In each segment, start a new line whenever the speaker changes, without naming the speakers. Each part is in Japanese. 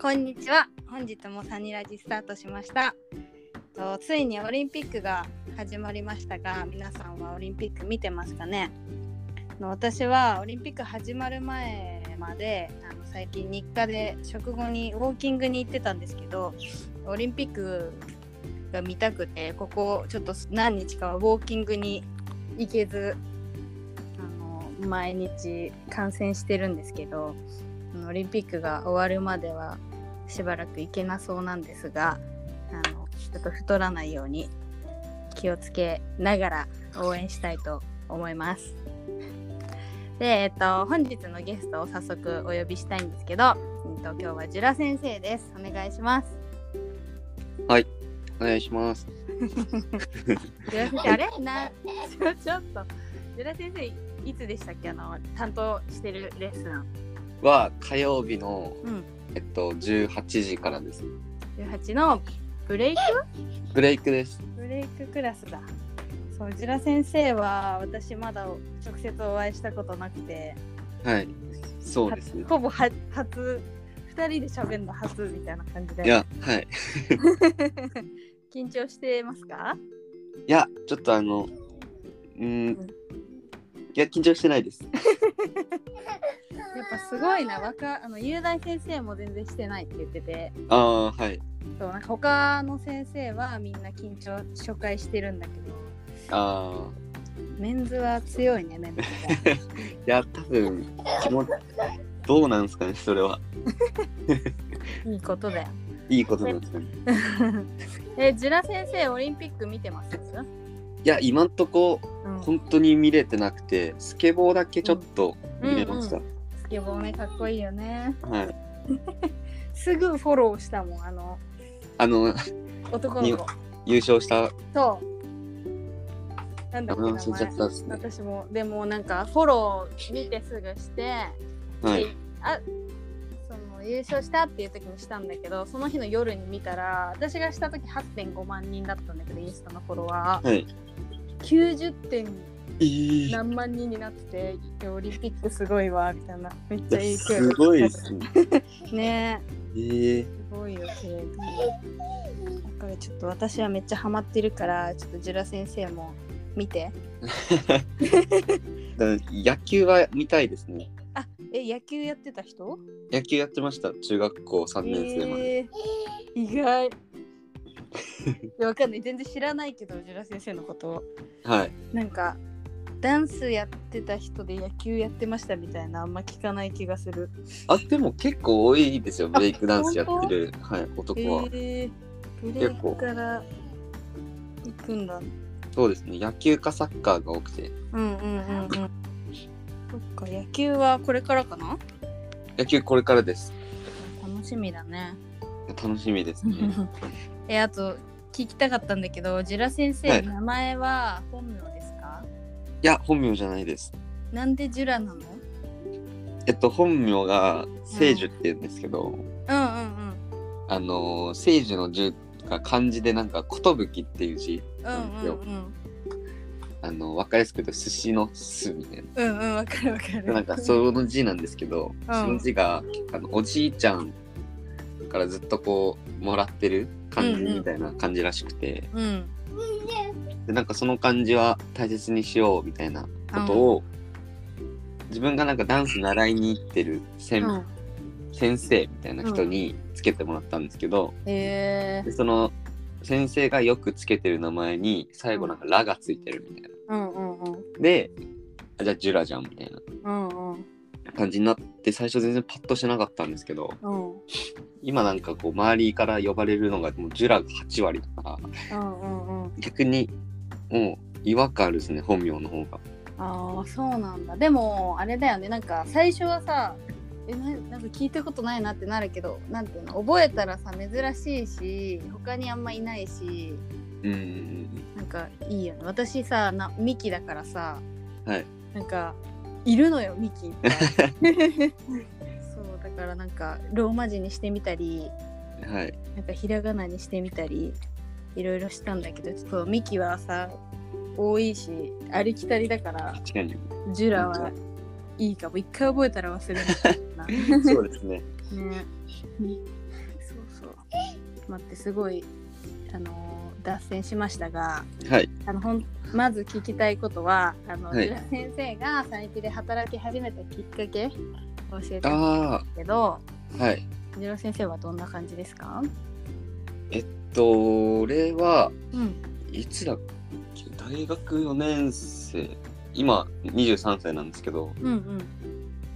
こんにちは。本日もサニラジスタートしました。とついにオリンピックが始まりましたが、皆さんはオリンピック見てますかね。あの私はオリンピック始まる前まで、あの最近日課で食後にウォーキングに行ってたんですけど、オリンピックが見たくて、ここちょっと何日かはウォーキングに行けず、あの毎日観戦してるんですけど。オリンピックが終わるまではしばらく行けなそうなんですがあのちょっと太らないように気をつけながら応援したいと思います。で、えっと、本日のゲストを早速お呼びしたいんですけど、えっと、今日はジュラ先生です。お願いします。
お願いします。
ジュラ先生、あれな ちょちょっと、ジュラ先生、いつでしたっけあの担当してるレッスン。
は火曜日の
うん、
えっと18時からです。
18のブレイク
ブレイクです。
ブレイククラスだそうジュラ先生は私まだ直接お会いしたことなくて
はい。そうですね
は。ほぼは初2人で喋るの初みたいな感じで
いや、はい。
緊張してますか
いや、ちょっとあの、うーん。いや、緊張してないです。
やっぱすごいな若あの雄大先生も全然してないって言ってて
ああ、はい。
そうなんか他の先生はみんな緊張初回してるんだけど
あ
メンズは強いねメンズ が
あ、いや、多分、気持ち、どうなんですかね、それは。
いいことだよ
いいことなんですかね。
えジュラ先生オリンピック見てます、
いや、今んとこ、
うん、
本当に見れてなくて、スケボーだけちょっと見れました。
スケボーねかっこいいよね
はい。
すぐフォローしたもんあの
あの、
男の子
優勝した、
そうなんだっ
あ
け名
の、死んじゃ
前
ったですね。
私もでもなんかフォロー見てすぐして、
はい。
あその優勝したっていう時にしたんだけどその日の夜に見たら私がした時8.5万人だったんだけどインスタのフォロワー
はい。
90点
いい。
何万人になっててオリンピックすごいわみたいなめっ
い
ちゃい
や
い
すごいですね。
ねえ
ええ
すごいよ、テレビ。だからちょっと私はめっちゃハマってるから、ちょっとジュラ先生も見て。
だ野球は見たいですね。
あ、え、野球やってた人
野球やってました。中学校3年生まで。
えー意外。いやわかんない。全然知らないけど、ジュラ先生のこと。
はい。
なんか、ダンスやってた人で野球やってましたみたいな、あんま聞かない気がする。
あ、でも結構多いですよ。ブレイクダンスやってる、はい、
え
男は、
ー、ブレイ
結構
クから行くんだ。
そうですね。野球かサッカーが多くて。
うんうんうんうん。そっか、野球はこれからかな
野球これからです。
楽しみだね。
楽し みですね。
えあと聞きたかったんだけど、ジュラ先生、
はい
名前は本名ですか？
いや、本名じゃないです。
なんでジュラなの？うん
えっと、本名が聖樹って言うんですけど、
うん
あのー、聖樹の樹が漢字でなんか、寿っていう字。
うんうんうんうん
あの、わかりやすく言うと、寿司の寿みたいな。
うんうんわかるわかる。
なんかその字なんですけど、
うん
その字があのおじいちゃんからずっとこうもらってる感じみたいな感じらしくて、
うん
でなんかその感じは大切にしようみたいなことを、自分がなんかダンス習いに行ってる
う
先,、
ん。
先生みたいな人につけてもらったんですけど、
ええ
でその先生がよくつけてる名前に最後なんか「ラ」がついてるみたいな。
うんうんうん
であじゃあジュラじゃんみたいな
うんうん
感じになって最初全然パッとしなかったんですけど、
うん
今なんかこう周りから呼ばれるのがもうジュラが8割だから
うんうん。
逆にもう違和感あるですね本名の方が
ああそうなんだ。でもあれだよね。なんか最初はさ。えななんか聞いたことないなってなるけどなんていうの覚えたらさ珍しいし他にあんまいないし
うん
なんかいいよね私さなミキだからさ
はい
なんかいるのよミキいっ ぱいそうだからなんかローマ字にしてみたり
はい
なんかひらがなにしてみたりいろいろしたんだけどちょっとミキはさ多いしありきたりだから
確かに
ジュラはいいかも一回覚えたら忘れないな
そうですね
ねまってすごいあの脱線しましたが
はい。
あのほんまず聞きたいことはあの、
はい
ジュラ先生がサニピで働き始めたきっかけを教えてほしいんで
あ
すけど
あ、はい。
ジュラ先生はどんな感じですか
と、俺は、
うん
いつだっけ大学4年生。今、23歳なんですけど、
うん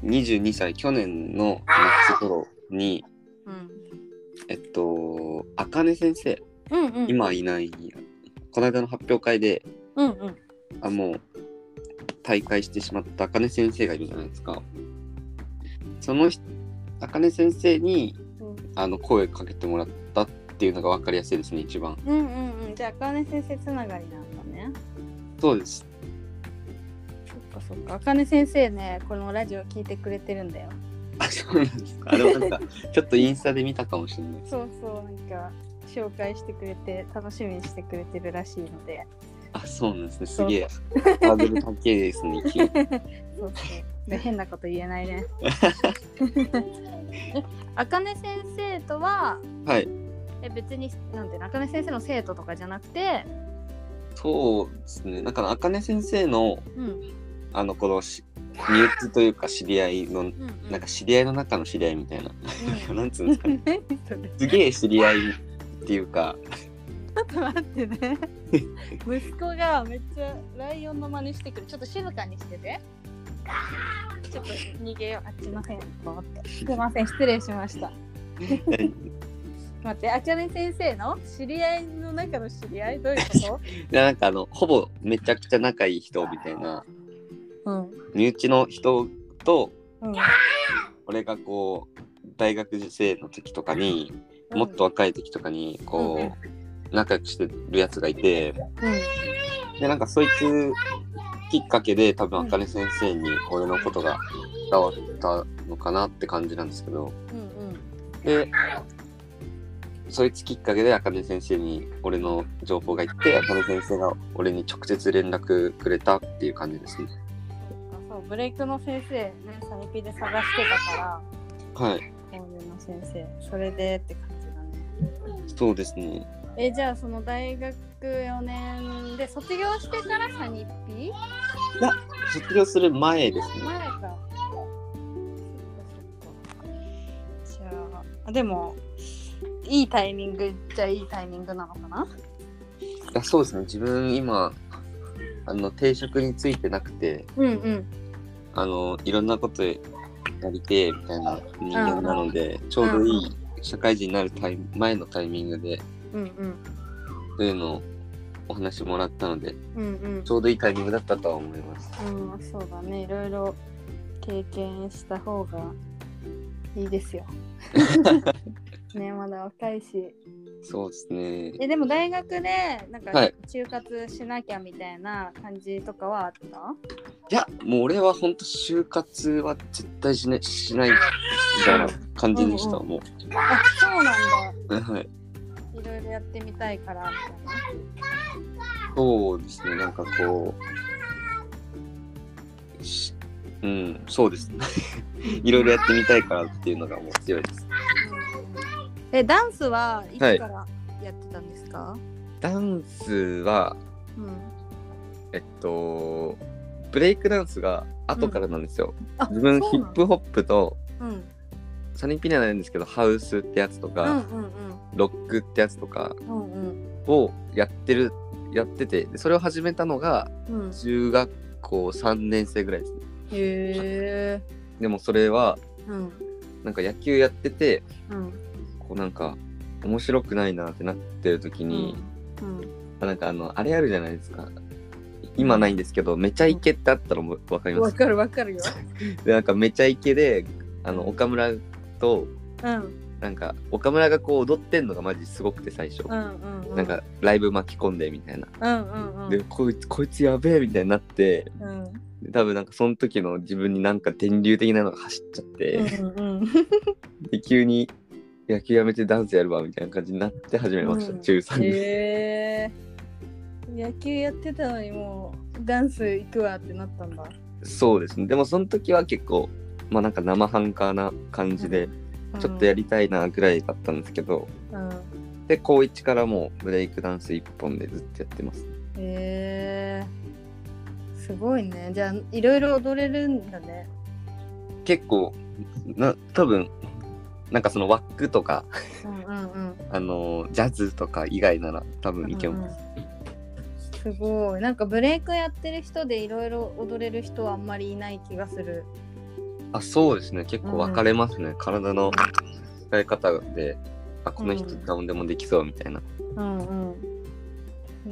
うん
22歳、去年の夏頃に、
うん
えっと、あかね先生、
うんうん
今いない、この間の発表会で、
うんうん
あもう退会してしまった茜先生がいるじゃないですかその人茜先生にあの声かけてもらったっていうのが分かりやすいですね一番
うんうんうんじゃあ茜先生つながりなんだね
そうです
そっかそっか茜先生ねこのラジオ聞いてくれてるんだよ
あそうなんですかあでもなんかちょっとインスタで見たかもしれない
そうそうなんか紹介してくれて楽しみにしてくれてるらしいので
あそうなんですねすげえハードル高いですね一応
そうそうで変なこと言えないねえ あかね先生とは
はい
え別になんていうのあかね先生の生徒とかじゃなくて
そうですねだから茜先生の
うん
あのこのし身内というか知り合いの
うんうん
なんか知り合いの中の知り合いみたいな、
うん
なんつうんですかね
何それ
すげえ知り合いっていうか
ちょっと待って ね息子がめっちゃライオンの真似してくるちょっと静かにしててちょっと逃げようあっちの辺こうってすいません失礼しました待ってあかね先生の知り合いの中の知り合いどういう こ
でなんかあのほぼめちゃくちゃ仲いい人みたいな
とうん
身内の人と
うん
俺がこう大学生の時とかにもっと若い時とかにこう仲良くしてるやつがいて
う
でなんかそいつきっかけで多分あかね先生に俺のことが伝わったのかなって感じなんですけど
んうん
でそいつきっかけであかね先生に俺の情報がいってあかね先生が俺に直接連絡くれたっていう感じですね。
あそうブレイクの先生ねサニピで探してたから
はい
こういうの先生それでって感じだね
そうですね。
えじゃあその大学4年で卒業してからサニピ
卒業する前ですね。
前かそっかそっかじゃああでもいいタイミングじゃあいいタイミングなのかな
あそうですね。自分今、あの、定職についてなくて、
うんうん
あの、いろんなことやりてえみたいな人間なので、ちょうどいい社会人になるタイミ前のタイミングで、
うんうん
そういうのをお話もらったので、
うんうん
ちょうどいいタイミングだったとは思います。
うん、そうだね。いろいろ経験した方がいい ですよ。ね、まだ若いし。
そうですね。
え、でも大学で、なんか
はい、
就活しなきゃみたいな感じとかはあった、
いや、もう俺は本当就活は絶対しない、しないみたいな感じでした、
うん
も
あ、そうなん
う。はい。
だ。いろいろやってみたいから、みたい
そうですね、なんかこう、しうん、そうですね。 いろいろやってみたいからっていうのがもう強いです。
な。え、ダンスはいつからやってたんですか、
ダンスは、
うん。
えっと、ブレイクダンスが後からなんですよ。
あ、
自分、
そ
ヒ
うな
ッ
の
プホップと、
うん。
サニピナなんですけど、ハウスってやつと
う
か、
んうんうん。
ロックってやつとか
うんうん。
をやってる、やってて、でそれを始めたのが、
うん、
中学校3年生ぐらいですね。
へえ。
でもそれは、
うん。
なんか野球やってて、
うん。
こうなんか面白くないなってなってる時に、
うん。
なんかあのあれあるじゃないですか今ないんですけど「めちゃイケ」ってあったのも分かりま
わ
す
かるわかるよ。
でなんか「めちゃイケで」あの岡村と
うん
なんか岡村がこう踊ってんのがマジすごくて最初、
うんうんうん。
なんかライブ巻き込んでみたいな、
うんうんうん。
でこいつこいつやべえみたいになって
うんうん
で多分なんかその時の自分になんか電流的なのが走っちゃって、
うん。
で急に野球やめてダンスやるわみたいな感じになって始めました、
うん
中3で、
へえ。野球やってたのにもうダンス行くわってなったんだ。
そうですね。でもその時は結構、まあなんか生半可な感じで、ちょっとや
り。
りたいなぐらいだったんですけど、
うん。
で高1からもうブレイクダンス一本でずっとやってます
へえすごいねじゃあいろいろ踊れるんだね
結構な多分なんかそのワックとか
うんうんうん
あのジャズとか以外なら多分いけます、
すごいなんかブレイクやってる人でいろいろ踊れる人はあんまりいない気がする
あそうですね結構分かれますね、体の使い方であこの人
うん
ダウンでもできそうみたいな、
うんうん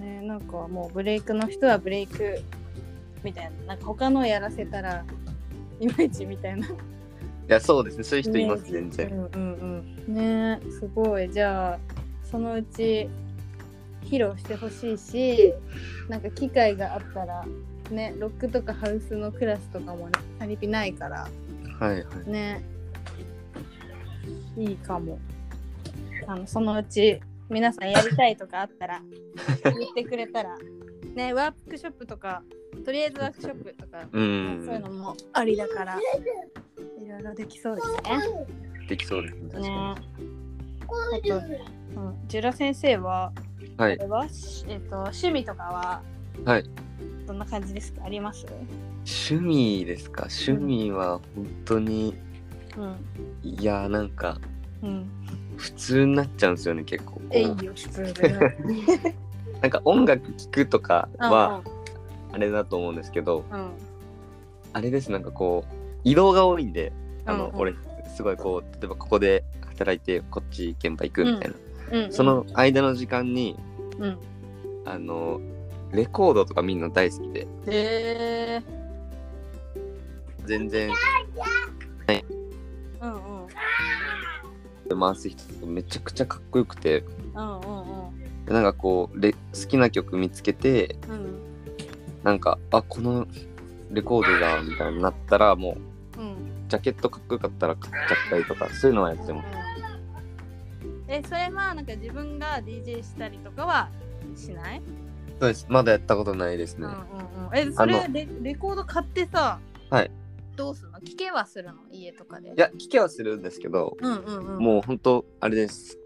ねなんかもうブレイクの人はブレイクみたいななんか他のやらせた らいまいちみたいない
やそうですねそういう人います
イメ
全
ージう
然
んうんうんねえすごいじゃあそのうち披露してほしいしなんか機会があったらねロックとかハウスのクラスとかもね足りピないから
はいはい
ねいいかもあのそのうち皆さんやりたいとかあったら言ってくれたらねワークショップとかとりあえずワークショップとか、
う
そういうんのもありだからいろいろできそうですね。
できそうですね確かに、
ねあと、うん、ジュラ先生は、
はい
あれはしえっと、趣味とかは、
はい、
どんな感じですかあります
趣味ですか趣味は本当に、
うん。
いやーなんか
うん、
普通になっちゃうんですよね結構こう
えいよ、普通で。
なんか音楽聴くとかは
うん
あれだと思うんですけど、
うん、うん
あれですなんかこう移動が多いんであの、
うんうん
俺すごいこう例えばここで働いてこっち現場行くみたいな、
うんうん、
その間の時間に
うん。
あのレコードとかみんな大好きで
へえ
全然
ー。うんうん。
回す人とかめちゃくちゃかっこよくて
うんうんうん。
なんかこうレ好きな曲見つけて
うん。
なんかあこのレコードだみたいになったらもう
うん。
ジャケットかっこよかったら買っちゃったりとかそういうのはやってます
え、それはなんか自分が DJ したりとかはしない、
そうですまだやったことないです
うん
ね、
うんうん。え、それレレコード買ってさ、
はい。
どうするの聞けはするの家とかで。
いや聞きはするんですけど
うんうんうん。
もう本当あれです。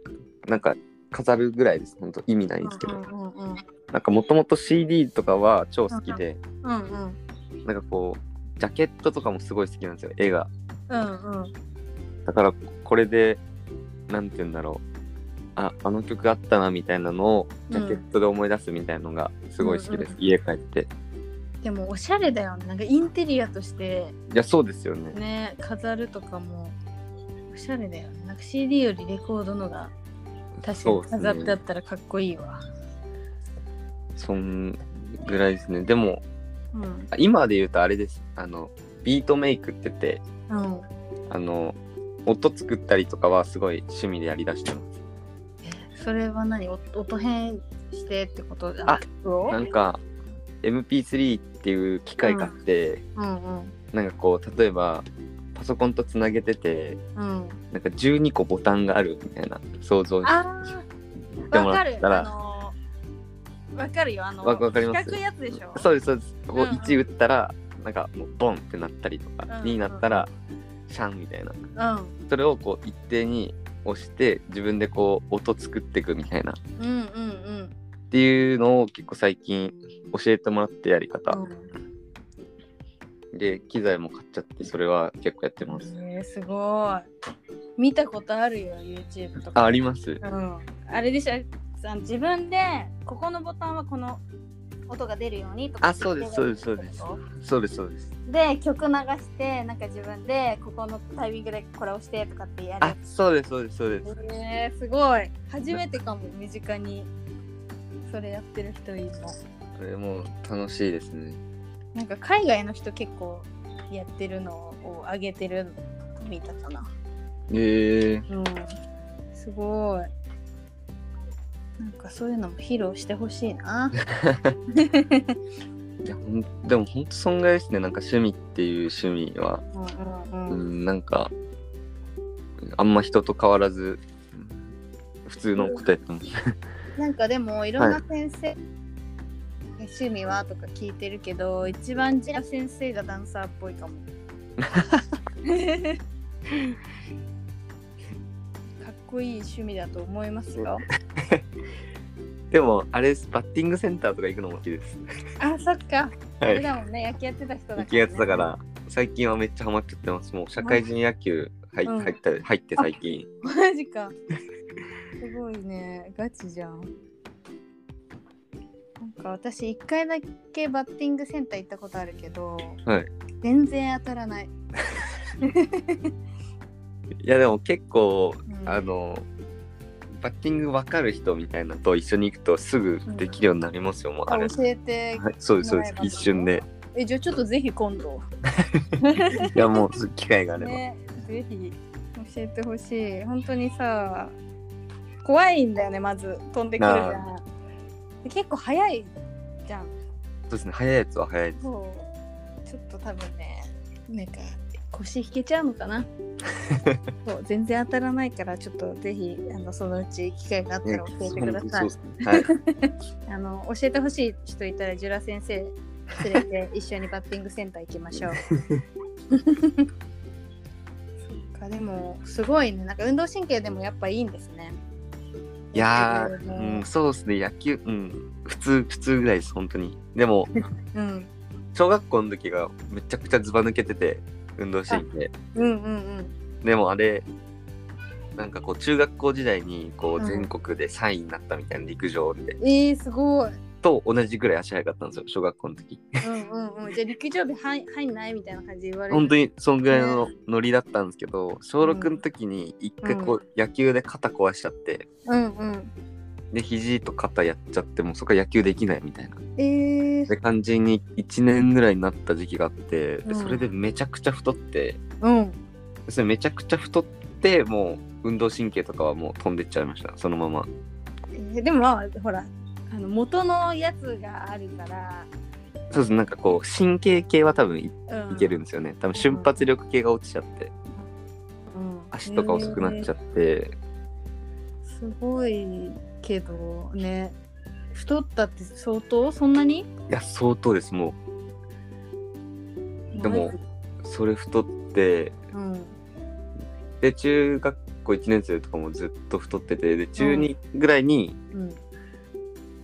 なんか飾るぐらいです。本当意味ないんですけど。
うんうんうん
なんかもともと CD とかは超好きで、
うんうん
なんかこう、ジャケットとかもすごい好きなんですよ、絵が。
うんうん
だからこれで、なんて言うんだろう。あ、あの曲あったなみたいなのをジャケットで思い出すみたいのがすごい好きです。
うん
家帰って。
でもおしゃれだよねなんかインテリアとして
いや、そうですよね。
ね飾るとかもおしゃれだよねなんか CD よりレコードのが確か
そう
に
ですね
飾ってあったらかっこいいわ
そんぐらいですね。でも、
う,、
今で言うとあれです。あの、ビートメイクって言って、
ん、うん、
あの、音作ったりとかはすごい趣味でやりだしてます。
それは何お音変してってことだ
あなんか MP3 っていう機械があって、
うんうん
なんかこう例えばパソコンとつなげてて
うん
なんか12個ボタンがあるみたいな想像し
あ
て
ー
も
わから
っ
る
た
あ
ら
のーわかるよあの
わわかりま
四
す
角いやつでしょ
そうですそうですここ
うんうん
1打ったらなんかもうボンってなったりとか、
うんうん
2になったらシャンみたいな
うん
それをこう一定に押して自分でこう音作っていくみたいなっ
うんうんうん
ていうのを結構最近教えてもらってやり方、
うん
で機材も買っちゃってそれは結構やってます
えー、すごい見たことあるよ YouTube と
あ
か
あります
うん、あれでしょあの自分でここのボタンはこの音が出るようにとか
あそうですそうですそうですそうですそうです
で曲流してなんか自分でここのタイミングでこれをしてとかってや
あ
る
そうですそうですそうです
えー、すごい初めてかも身近にそれやってる人いるの
これもう楽しいですね
なんか海外の人結構やってるのを上げてるの見たかな
へえ
うん、すごい。なんかそういうのも披露してほしい な。
いやほんでもほんと損害ですねなんか趣味っていう趣味は、
うんうん
う
うん。
ん、なんかあんま人と変わらず普通のことやってます
なんかでもいろんな先生、趣味はとか聞いてるけど、一番じゃ先生がダンサーっぽい かも。かっこいい趣味だと思いますよ。
でも、あれです、バッティングセンターとか行くのも好きです。
あ、そっか。
は
普
い。
段もね、野球やってた人だから、ね。
野球やってたから、最近はめっちゃハマっちゃってます。もう社会人野球入,、
うん
入った入って最近。
マジ か。すごいね。ガチじゃん。なんか私、一回だけバッティングセンター行ったことあるけど、
はい
全然当たらない。
いや、でも結構、
うん
あの、バッティング分かる人みたいなのと一緒に行くとすぐできるようになりますよ、もうあ
あ
れ。
教えて。
はい、そうです、そう
も
です
らえば。
一瞬で。
え、じゃあちょっとぜひ今度。
いや、もう、機会があれば。
ね、ぜひ教えてほしい。本当にさ、怖いんだよね、まず飛んでくるじゃん。で結構早いじゃん。
そうですね、早いやつは早いです。
そうちょっと多分ねなんか腰引けちゃうのか なそう全然当たらないからちょっとぜひあのそのうち機会があったら教えてください、
そうですねはい。
あの教えてほしい人いたらジュラ先生連れて一緒にバッティングセンター行きましょうそっかでもすごいねなんか運動神経でもやっぱいいんですね
いやー、
ね
うん、そうですね、野球、うん、普通、普通ぐらいです、本当に。で も、
うん
小学校の時がめちゃくちゃずば抜けてて、運動神経。
うんうん
でもあれ、なんかこう、中学校時代に、こ
う
う、
ん
全国で3位になったみたいな陸上で、
うんえー、すごい
と同じぐらい足速かったんですよ、小学校の時。
うんうんうんじゃあ陸上部入入んないみたいな感じで言われる
本当に、そんぐらいのノリだったんですけど、小6の時に一回こう、野球で肩壊しちゃって、
うんうん。
で、肘と肩やっちゃって、もうそこから野球できないみたいな。
ええ
って感じに1年ぐらいになった時期があって、で
うん
それでめちゃくちゃ太って
うん。
それめちゃくちゃ太ってもう運動神経とかはもう飛んでっちゃいましたそのまま
えーでもまあほらあの元のやつがあるから、
そうですなんかこう神経系は多分いい
うん、
けるんですよね、多分瞬発力系が落ちちゃって
うん、
足とか遅くなっちゃ
っ
って、
た。すごいけどね太ったって相当そんなに
いや相当ですもでも、うそれ太って
うん、
で中学校1年生とかもずっと太っててで中2ぐらいに、
うん、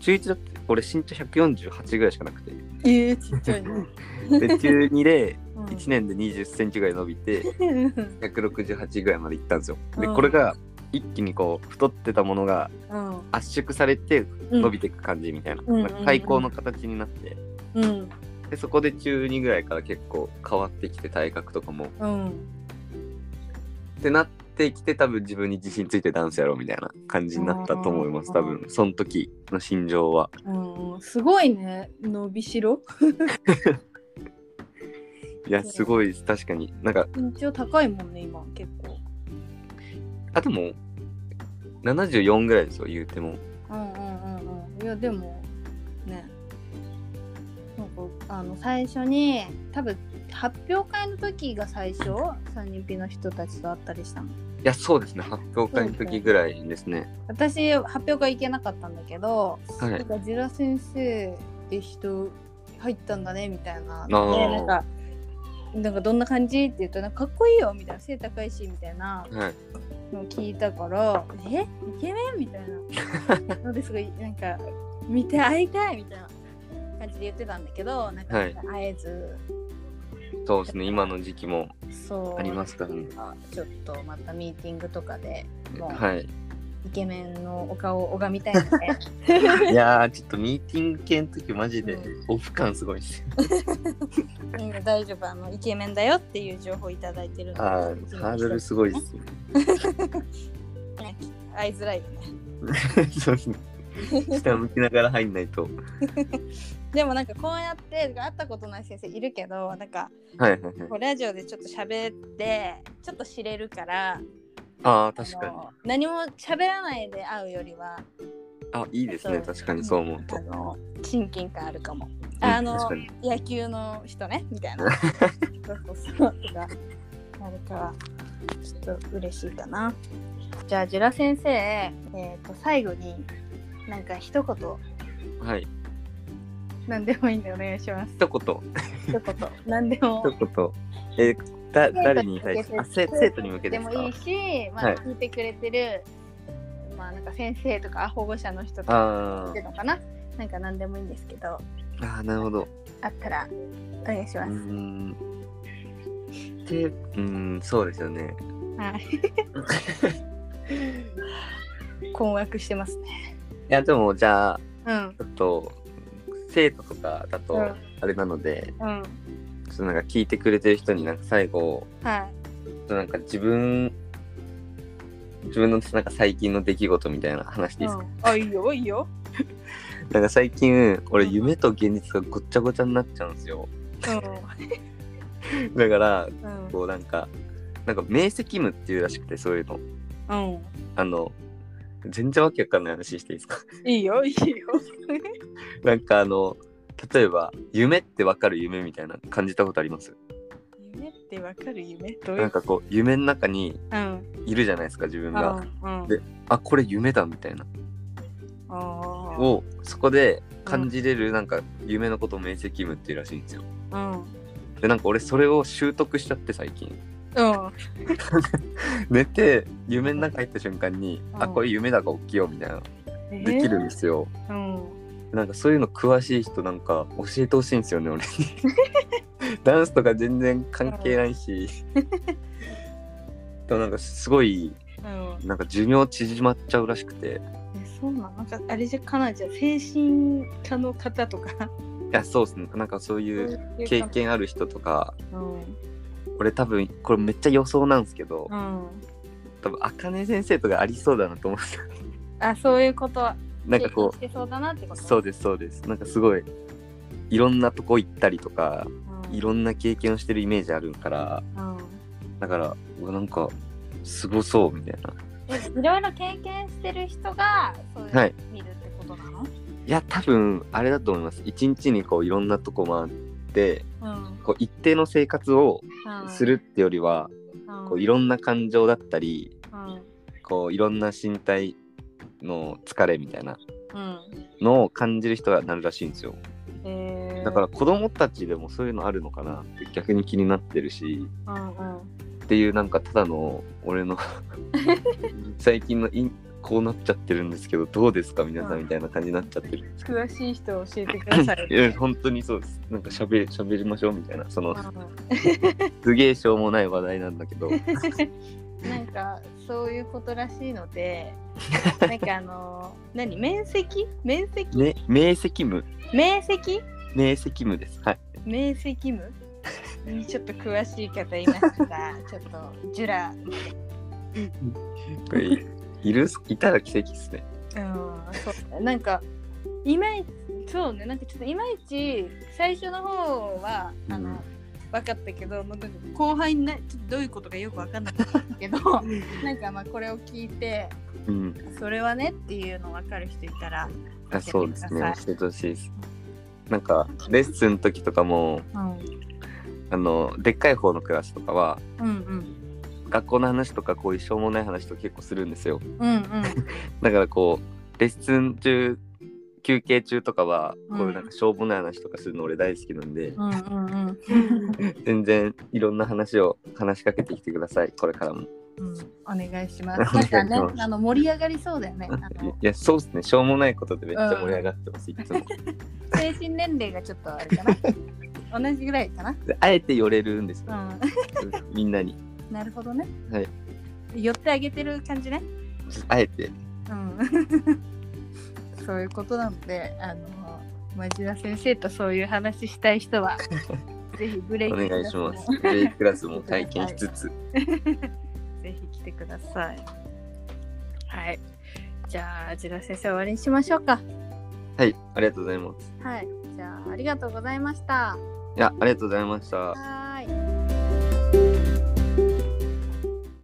中1だって俺身長148ぐらいしかなくて
えー、ちっちゃいね。
で中2で
うん
1年で2 0センチぐらい伸びて
うん
168ぐらいまでいったんですよ。で
うん
これが一気にこう太ってたものが
うん
圧縮されて
うん
伸びていく感じみたいな、
うん
なんか最高の形になって
うん
でそこで中2ぐらいから結構変わってきて体格とかも。
うん
ってなってきて多分自分に自信ついてダンスやろうみたいな感じになったと思います多分その時の心情は。
うんすごいね伸びしろ
いやすごいです確かになんか
身長高いもんね今結構。
あでも74ぐらいですよ言うても。
うんうんうんうんいやでもねなんかあの最初に多分発表会の時が最初3人 P の人たちと会ったりしたの
いやそうですね発表会の時ぐらいですね。
私発表会行けなかったんだけど、
はい
なんかジュラ先生って人入ったんだねみたいな
あ
で
ー
なんかなんかどんな感じって言ったらかっこいいよみたいな背高いしみたいな
はい
のを聞いたから「えイケメン?」みたい なのですごいなんか見て会いたいみたいな感じで言ってたんだけどなんか
はい
会えず、
そうですね、今の時期も
そう
ありますから
な
ね。
んかちょっとまたミーティングとかでもう
はい。
イケメンのお顔を拝みたいので
いやー、ちょっとミーティング系の時マジで
う
オフ感すごいですよ。
みんな大丈夫あのイケメンだよっていう情報いただいてるので
あーハードルすご いですよ。
会いづらいよね
そうですね。下向きながら入んないと。
でもなんかこうやって会ったことない先生いるけどなんか
はいはいはい。
こうラジオでちょっと喋ってちょっと知れるから
ああ、確かに
あ。の何も喋らないで会うよりは
あ、いいですね、
そう
確かにそう思うと
あ。の親近感あるかもあ
うん
の
確かに
野球の人ねみた いなそうそうそうとかあるからちょっと嬉しいかなじゃあジュラ先生、えー、と最後になんか一言
はい。
何でもいいんでお願いします
一言、
一言何でも
一言。えーだ誰に対してあ、生生徒に向けて
で
です
も
か
いいし、ま
は
あ、
い
聞いてくれてる、まあなんか先生とか保護者の人とか
あ
っていうのかななんか何でもいいんですけど
ーあーなるほど
あったらお願いし
う
ま
ー
す、
んでうーんそうですよね
はい困惑してますね
いやでもじゃあ
うん
ちょっと生徒とかだと
うん
あれなので、
うん
ちょっとなんか聞いてくれてる人になんか最後
は
ちょっとなんか自分自分のなんか最近の出来事みたいな話
い、う
でいいですか、
ん、あいいよいいよ、
なんか最近俺
うん
夢と現実がごっちゃごちゃになっちゃうんですよ
う
だから
ん
こうなんかなんか明晰夢っていうらしくてそういうの
うん、
あの全然わけわかんない話していいですか
うん、いいよいいよ
なんかあの例えば夢ってわかる夢みたいな感じたことあります
夢ってわかる夢どうい
なん
う
かこう夢の中に
うん
いるじゃないですか自分が
うんうん
であこれ夢だみたいな
あー
をそこで感じれるなんか夢のことを明晰夢っていうらしいんですよ
うん
でなんか俺それを習得しちゃって最 近
うん
寝て夢の中入った瞬間に、
うん
あこれ夢だから起きようみたいなできるんですよ、
えーうん
なんかそういうの詳しい人なんか教えてほしいんですよね俺 にダンスとか全然関係ない しでもなんかすごい
うん
なんか寿命縮まっちゃうらしくて
えそうなのなんかあれじゃかなりじゃ精神科の方とか
いやそうっすねなんかそういう経験ある人とか
うん
俺多分これめっちゃ予想なんですけど
うん
多分茜先生とかありそうだなと思うん ですよ
あそういうことは
なんかこう
経験してそうだなってこと
そうですそうですなんかすごいいろんなとこ行ったりとか
うん
いろんな経験をしてるイメージあるから
うん
だからうわなんかすごそうみたいな
えいろいろ経験してる人がそういうの
はい
見るってことなの、
いや多分あれだと思います一日にこういろんなとこ回って
うん
こう一定の生活を
うん
するってよりはこういろんな感情だったり
うん
こういろんな身体の疲れみたいな
うん
のを感じる人がなるらしいんですよ
えー
だから子供たちでもそういうのあるのかなって逆に気になってるし
うんうん
っていうなんかただの 俺の最近のインこうなっちゃってるんですけどどうですか皆さ
うん
んみたいな感じになっちゃってるんですけど
詳しい人を教えてください
いや本当にそうですなんかしゃべしゃべりましょうみたいなその
う
すげえしょうもない話題なん だけど
んなんかそういうことらしいのでなんかあの何面積面積、
ね明晰夢
面積
明晰夢で すはい
面積無にちょっと詳しい方いましたらちょっとジュラ
これいるいたら奇跡ですね
うんそうなんかいまいちそうねなんかちょっといまいち最初の方はあの、
うん
分かったけどもうなんか後輩になちょっとどういうことかよく分かんなかったけどなんかまあこれを聞いて
うん
それはねっていうの分かる人いたら
あそうですね
教えてください
教えてほしいですなんかレッスンの時とかも
うん
あのでっかい方のクラスとかは
うん
学校の話とかこういうしょうもない話とか結構するんですよ
うんうんうん
だからこうレッスン中休憩中とかは
うん
こういうなんかしょうもない話とかするの俺大好きなんで、
うんうんうん
全然いろんな話を話しかけてきてくださいこれからもい
うんお願いしま
お
す
願
ないん
しま
か
す
ねあの盛り上がりそうだよねあの
やそうですねしょうもないことでめっちゃ盛り上がってます、いつも
精神年齢がちょっとあれか な同じぐらいかな
であえて寄れるんですよ、
うん
みんなに
なるほどね。
はい。
寄ってあげてる感じね。
あえて
うん。 そういうことなので、あの、町田先生とそういう話したい人 は、ぜひブレイ
お
ク
願いしますブレイククラスも体験しつつ
ぜひ来てください。はい。じゃあ、町田先生終わりにしましょうか。
はいありがとうございます
はい。じゃあ、ありがとうございました。
いやありがとうございました
はーい。